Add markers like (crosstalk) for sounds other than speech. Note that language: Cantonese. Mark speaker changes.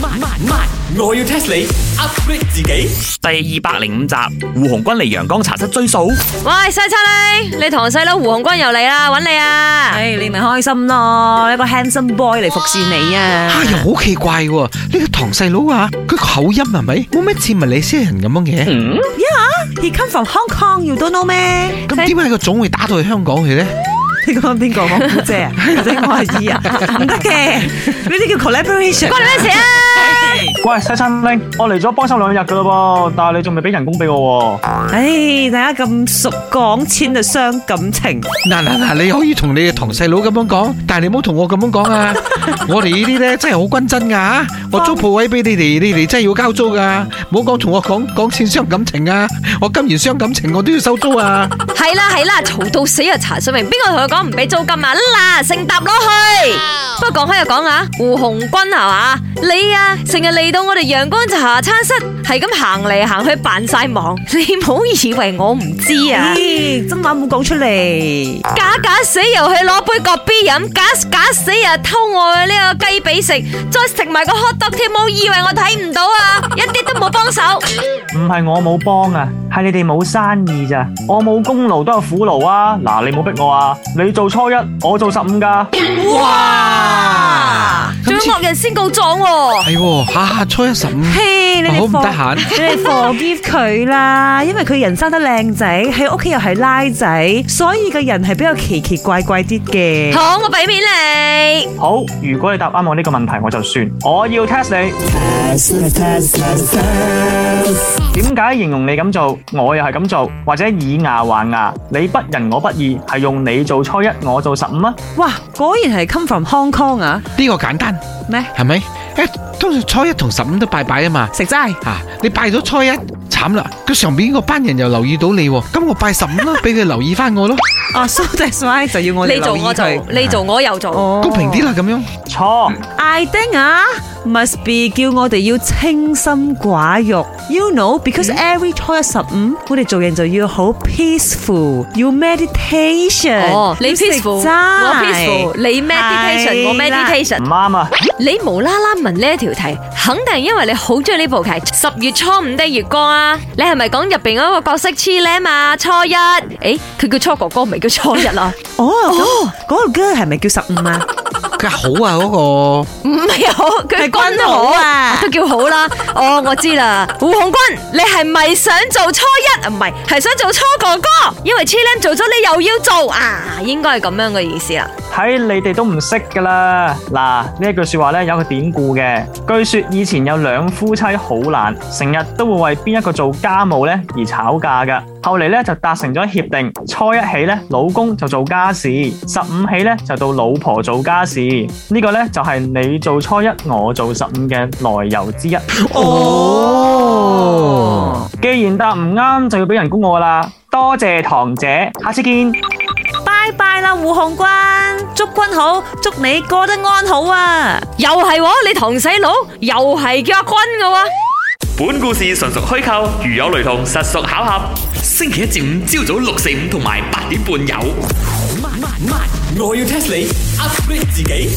Speaker 1: 慢慢慢，我要 test 你 upgrade 自己。
Speaker 2: 第二百零五集，胡鴻鈞嚟陽江茶室追數，
Speaker 3: 喂，西七你，你堂細佬胡鴻鈞又嚟啦，揾你啊！
Speaker 4: 唉，你咪開心咯，一個 handsome boy 嚟服侍你啊！
Speaker 5: 啊，
Speaker 4: (laughs)
Speaker 5: 又好奇怪喎！呢個堂細佬啊，佢口音係咪冇咩似咪你斯人咁樣嘅？
Speaker 4: He come from Hong Kong，you don't know 咩？
Speaker 5: 咁點解個總會打到去香港去咧？
Speaker 4: 你講緊邊個？我姑姐啊，或者我阿姨啊？唔得嘅，呢啲叫 collaboration。
Speaker 3: 關你咩事啊？
Speaker 6: 喂，西餐拎，我嚟咗幫手兩日噶咯噃，但係你仲未俾人工俾我喎。
Speaker 4: 唉，大家咁熟講錢就傷感情。
Speaker 5: 嗱嗱嗱，你可以同你嘅堂細佬咁樣講，但係你唔好同我咁樣講
Speaker 4: (laughs)
Speaker 5: 啊！我哋呢啲咧真係好均真噶吓，我租鋪位俾你哋，你哋真係要交租噶，唔好講同我講講錢傷感情啊！我今年傷感情，我都要收租啊！
Speaker 3: 係啦係啦，嘈到死啊！查水明，邊個同佢講唔俾租金啊？嗱，成沓攞去。不過講開又講啊，胡鴻鈞係嘛？你啊，成日嚟到我哋陽光茶餐室，係咁行嚟行去扮晒忙，你唔好以為我唔知
Speaker 4: Dạ.
Speaker 3: 啊！
Speaker 4: 咦，真話冇講出嚟。
Speaker 3: 假假死又去攞杯葛 B 飲，假假死又偷我嘅呢個雞髀食，再食埋個 hot dog 添，冇以為我睇唔到啊！一啲都冇幫手。
Speaker 6: 唔係我冇幫啊，係你哋冇生意咋。我冇功勞都有苦勞啊。嗱，你冇逼我啊，你做初一，我做十五噶。
Speaker 3: 哇！仲有惡人先告狀喎、
Speaker 5: 係喎，下下初一十五，
Speaker 4: 嘿，你
Speaker 5: 好
Speaker 4: 哋
Speaker 5: 唔
Speaker 4: 放
Speaker 5: 得閒。
Speaker 4: 你哋 forgive 佢啦，因為佢人生得靚仔，喺屋企又係拉仔，所以個人係比較奇奇怪怪啲嘅。
Speaker 3: 好，我俾面你。
Speaker 6: 好，如果你答啱我呢個問題，我就算。我要 test 你。點解形容你咁做，我又係咁做，或者以牙還牙？你不仁我不義，係用你做初一，我做十五啊？
Speaker 4: 哇，果然係 come from Hong Kong 啊？
Speaker 5: 呢個簡單
Speaker 4: 咩？
Speaker 5: 係咪？誒，通常初一同十五都拜拜啊嘛。
Speaker 4: 食齋。
Speaker 5: 啊！你拜咗初一，慘啦！佢上邊嗰班人又留意到你喎，咁我拜十五啦，俾佢留意翻我咯，
Speaker 4: 哦，so that's why 就要我哋
Speaker 3: 你做
Speaker 4: 留意
Speaker 3: 我做
Speaker 4: 佢，
Speaker 3: 你做我又做。
Speaker 4: 哦
Speaker 5: 公平啲。啦咁樣。
Speaker 6: 錯。
Speaker 4: I think 啊，must be 叫我哋要清心寡欲，you
Speaker 3: Hmm?
Speaker 4: know，because every 初一十五，我哋做人就要好 peaceful，要 meditation，
Speaker 3: 哦，你
Speaker 4: 要食
Speaker 3: peaceful，我
Speaker 4: 齋
Speaker 3: peaceful，你 meditation，我
Speaker 4: 係啦
Speaker 3: meditation
Speaker 6: 唔。啱啊！
Speaker 3: 你無啦啦問呢一條題，肯定係因為你好中意呢部劇《十月初五的月光》啊！你係咪講入邊嗰個角色黐咧嘛？初一，誒，佢叫初哥哥，唔係叫初一啊？
Speaker 4: 哦，咁嗰個 girl 係咪叫十五啊？
Speaker 5: 佢話好啊嗰、
Speaker 3: (laughs) 唔係好，佢
Speaker 4: 係
Speaker 3: 係君
Speaker 4: 君
Speaker 3: 好
Speaker 4: 好啊
Speaker 3: 都叫好啦。哦，我知啦，胡鴻鈞，你係咪想做初一？唔係，係想做初哥哥，因為黐咧做咗你又要做啊，應該係咁樣嘅意思啦。
Speaker 6: 睇你哋都唔識噶啦。嗱，呢一句說話咧有個典故嘅，據說以前有兩夫妻好難，成日都會為邊一個做家務咧而吵架噶。後嚟咧就達成咗協定，初一起咧老公就做家事，十五起咧就到老婆做家事。呢個咧就係你做初一，我做十五嘅來由之一。
Speaker 5: 哦，
Speaker 6: 既然答唔啱，就要俾人估我啦。多謝堂姐，下次見。
Speaker 4: 拜拜啦，胡鴻鈞，祝君好，祝你過得安好啊！
Speaker 3: 又係喎，你堂細佬又係叫阿君嘅喎。
Speaker 7: 本故事純屬虛構，如有雷同，實屬巧合。
Speaker 2: 星期一至五朝早六四五同埋八點半有。
Speaker 1: 慢慢慢，我要 test 你 upgrade 自己。